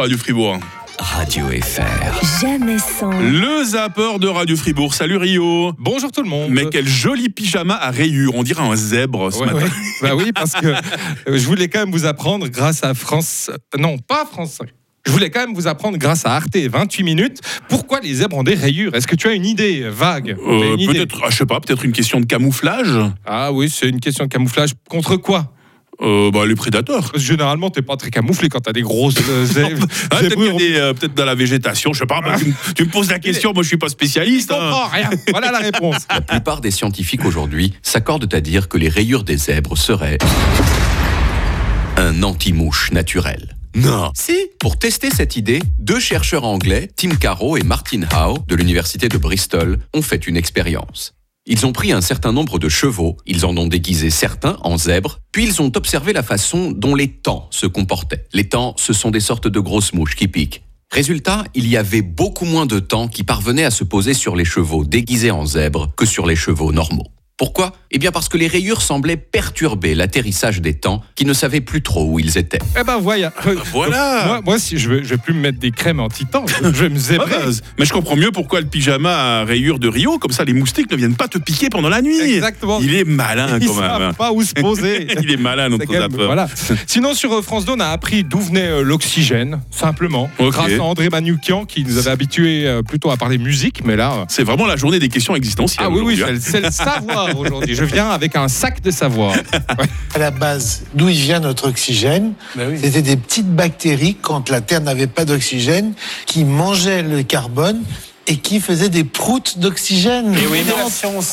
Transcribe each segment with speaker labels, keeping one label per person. Speaker 1: Radio Fribourg.
Speaker 2: Radio FR.
Speaker 3: Jamais sans.
Speaker 1: Le zapper de Radio Fribourg. Salut Rio.
Speaker 4: Bonjour tout le monde.
Speaker 1: Mais quel joli pyjama à rayures. On dirait un zèbre ce
Speaker 4: Ouais,
Speaker 1: matin.
Speaker 4: ouais. Bah oui, parce que euh, je voulais quand même vous apprendre grâce à France. euh, Non, pas France 5. Je voulais quand même vous apprendre grâce à Arte 28 minutes pourquoi les zèbres ont des rayures. Est-ce que tu as une idée vague
Speaker 1: Euh,
Speaker 4: T'as une idée
Speaker 1: peut-être, ah, je sais pas, peut-être une question de camouflage.
Speaker 4: Ah oui, c'est une question de camouflage. Contre quoi
Speaker 1: Euh, bah, les prédateurs.
Speaker 4: Parce que généralement, t'es pas très camouflé quand t'as des grosses euh, zèbres.
Speaker 1: Ah, peut-être
Speaker 4: zébrures.
Speaker 1: qu'il y a des, euh, peut-être dans la végétation, je sais pas. bah, tu,
Speaker 4: Ah.
Speaker 1: me- tu me poses la question, moi je suis pas
Speaker 4: Je
Speaker 1: spécialiste. hein.
Speaker 4: comprends rien. Voilà la réponse.
Speaker 2: La plupart des scientifiques aujourd'hui s'accordent à dire que les rayures des zèbres seraient un anti-mouche naturel. Non. Si. Pour tester cette idée, deux chercheurs anglais, Tim Caro et Martin Howe, de l'université de Bristol, ont fait une expérience. Ils ont pris un certain nombre de chevaux, ils en ont déguisé certains en zèbres, puis ils ont observé la façon dont les temps se comportaient. Les temps, ce sont des sortes de grosses mouches qui piquent. Résultat, il y avait beaucoup moins de temps qui parvenaient à se poser sur les chevaux déguisés en zèbres que sur les chevaux normaux. Pourquoi Eh bien parce que les rayures semblaient perturber l'atterrissage des temps qui ne savaient plus trop où ils étaient.
Speaker 4: Eh ben voilà.
Speaker 1: voilà.
Speaker 4: Moi, moi, si je veux, je vais plus me mettre des crèmes anti-temps. Je vais me
Speaker 1: Ah,
Speaker 4: zébrer.
Speaker 1: bah, mais je comprends mieux pourquoi le pyjama à rayures de Rio, comme ça les moustiques ne viennent pas te piquer pendant la nuit.
Speaker 4: Exactement.
Speaker 1: Il est malin
Speaker 4: Ils
Speaker 1: quand même. hein.
Speaker 4: savent pas où se poser.
Speaker 1: Il est malin
Speaker 4: C'est
Speaker 1: notre
Speaker 4: quand même-
Speaker 1: zapper.
Speaker 4: voilà. Sinon, sur euh, France 2, on a appris d'où venait euh, l'oxygène, simplement.
Speaker 1: Ok.
Speaker 4: Grâce à André Manoukian, qui nous avait habitués euh, plutôt à parler musique, mais là. euh,
Speaker 1: C'est vraiment la journée des questions existentielles.
Speaker 4: Ah oui, oui,
Speaker 1: aujourd'hui,
Speaker 4: c'est
Speaker 1: hein.
Speaker 4: le- c'est le savoir aujourd'hui. Je viens avec un sac de savoir.
Speaker 5: à la base d'où il vient notre oxygène. C'était des petites bactéries, quand la Terre n'avait pas d'oxygène, qui mangeaient le carbone et qui faisaient des proutes d'oxygène.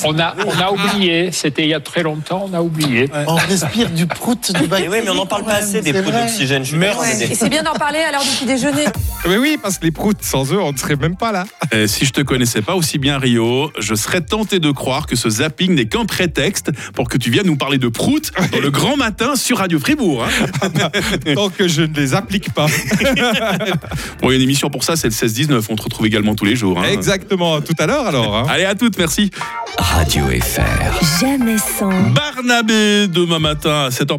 Speaker 6: On a, on a oublié, c'était il y a très longtemps, on a oublié.
Speaker 5: On respire du prout de bactéries.
Speaker 7: Mais oui, mais on n'en parle pas
Speaker 5: quand même,
Speaker 7: assez des
Speaker 5: c'est
Speaker 7: pots
Speaker 5: vrai.
Speaker 7: d'oxygène. Je suis persuadé.
Speaker 8: Et c'est bien d'en parler à l'heure du petit déjeuner.
Speaker 4: mais oui, parce que les proutes, sans eux, on ne serait même pas là.
Speaker 1: Euh, si je te connaissais pas aussi bien Rio, je serais tenté de croire que ce zapping n'est qu'un prétexte pour que tu viennes nous parler de prout dans le grand matin sur Radio Fribourg. hein.
Speaker 4: Tant que je ne les applique pas.
Speaker 1: Bon, il y a une émission pour ça, c'est le 16-19, on te retrouve également tous les jours. hein.
Speaker 4: Exactement. Tout à l'heure, alors. hein.
Speaker 1: Allez, à toutes, merci.
Speaker 2: Radio FR.
Speaker 3: Jamais sans.
Speaker 1: Barnabé, demain matin à 7h.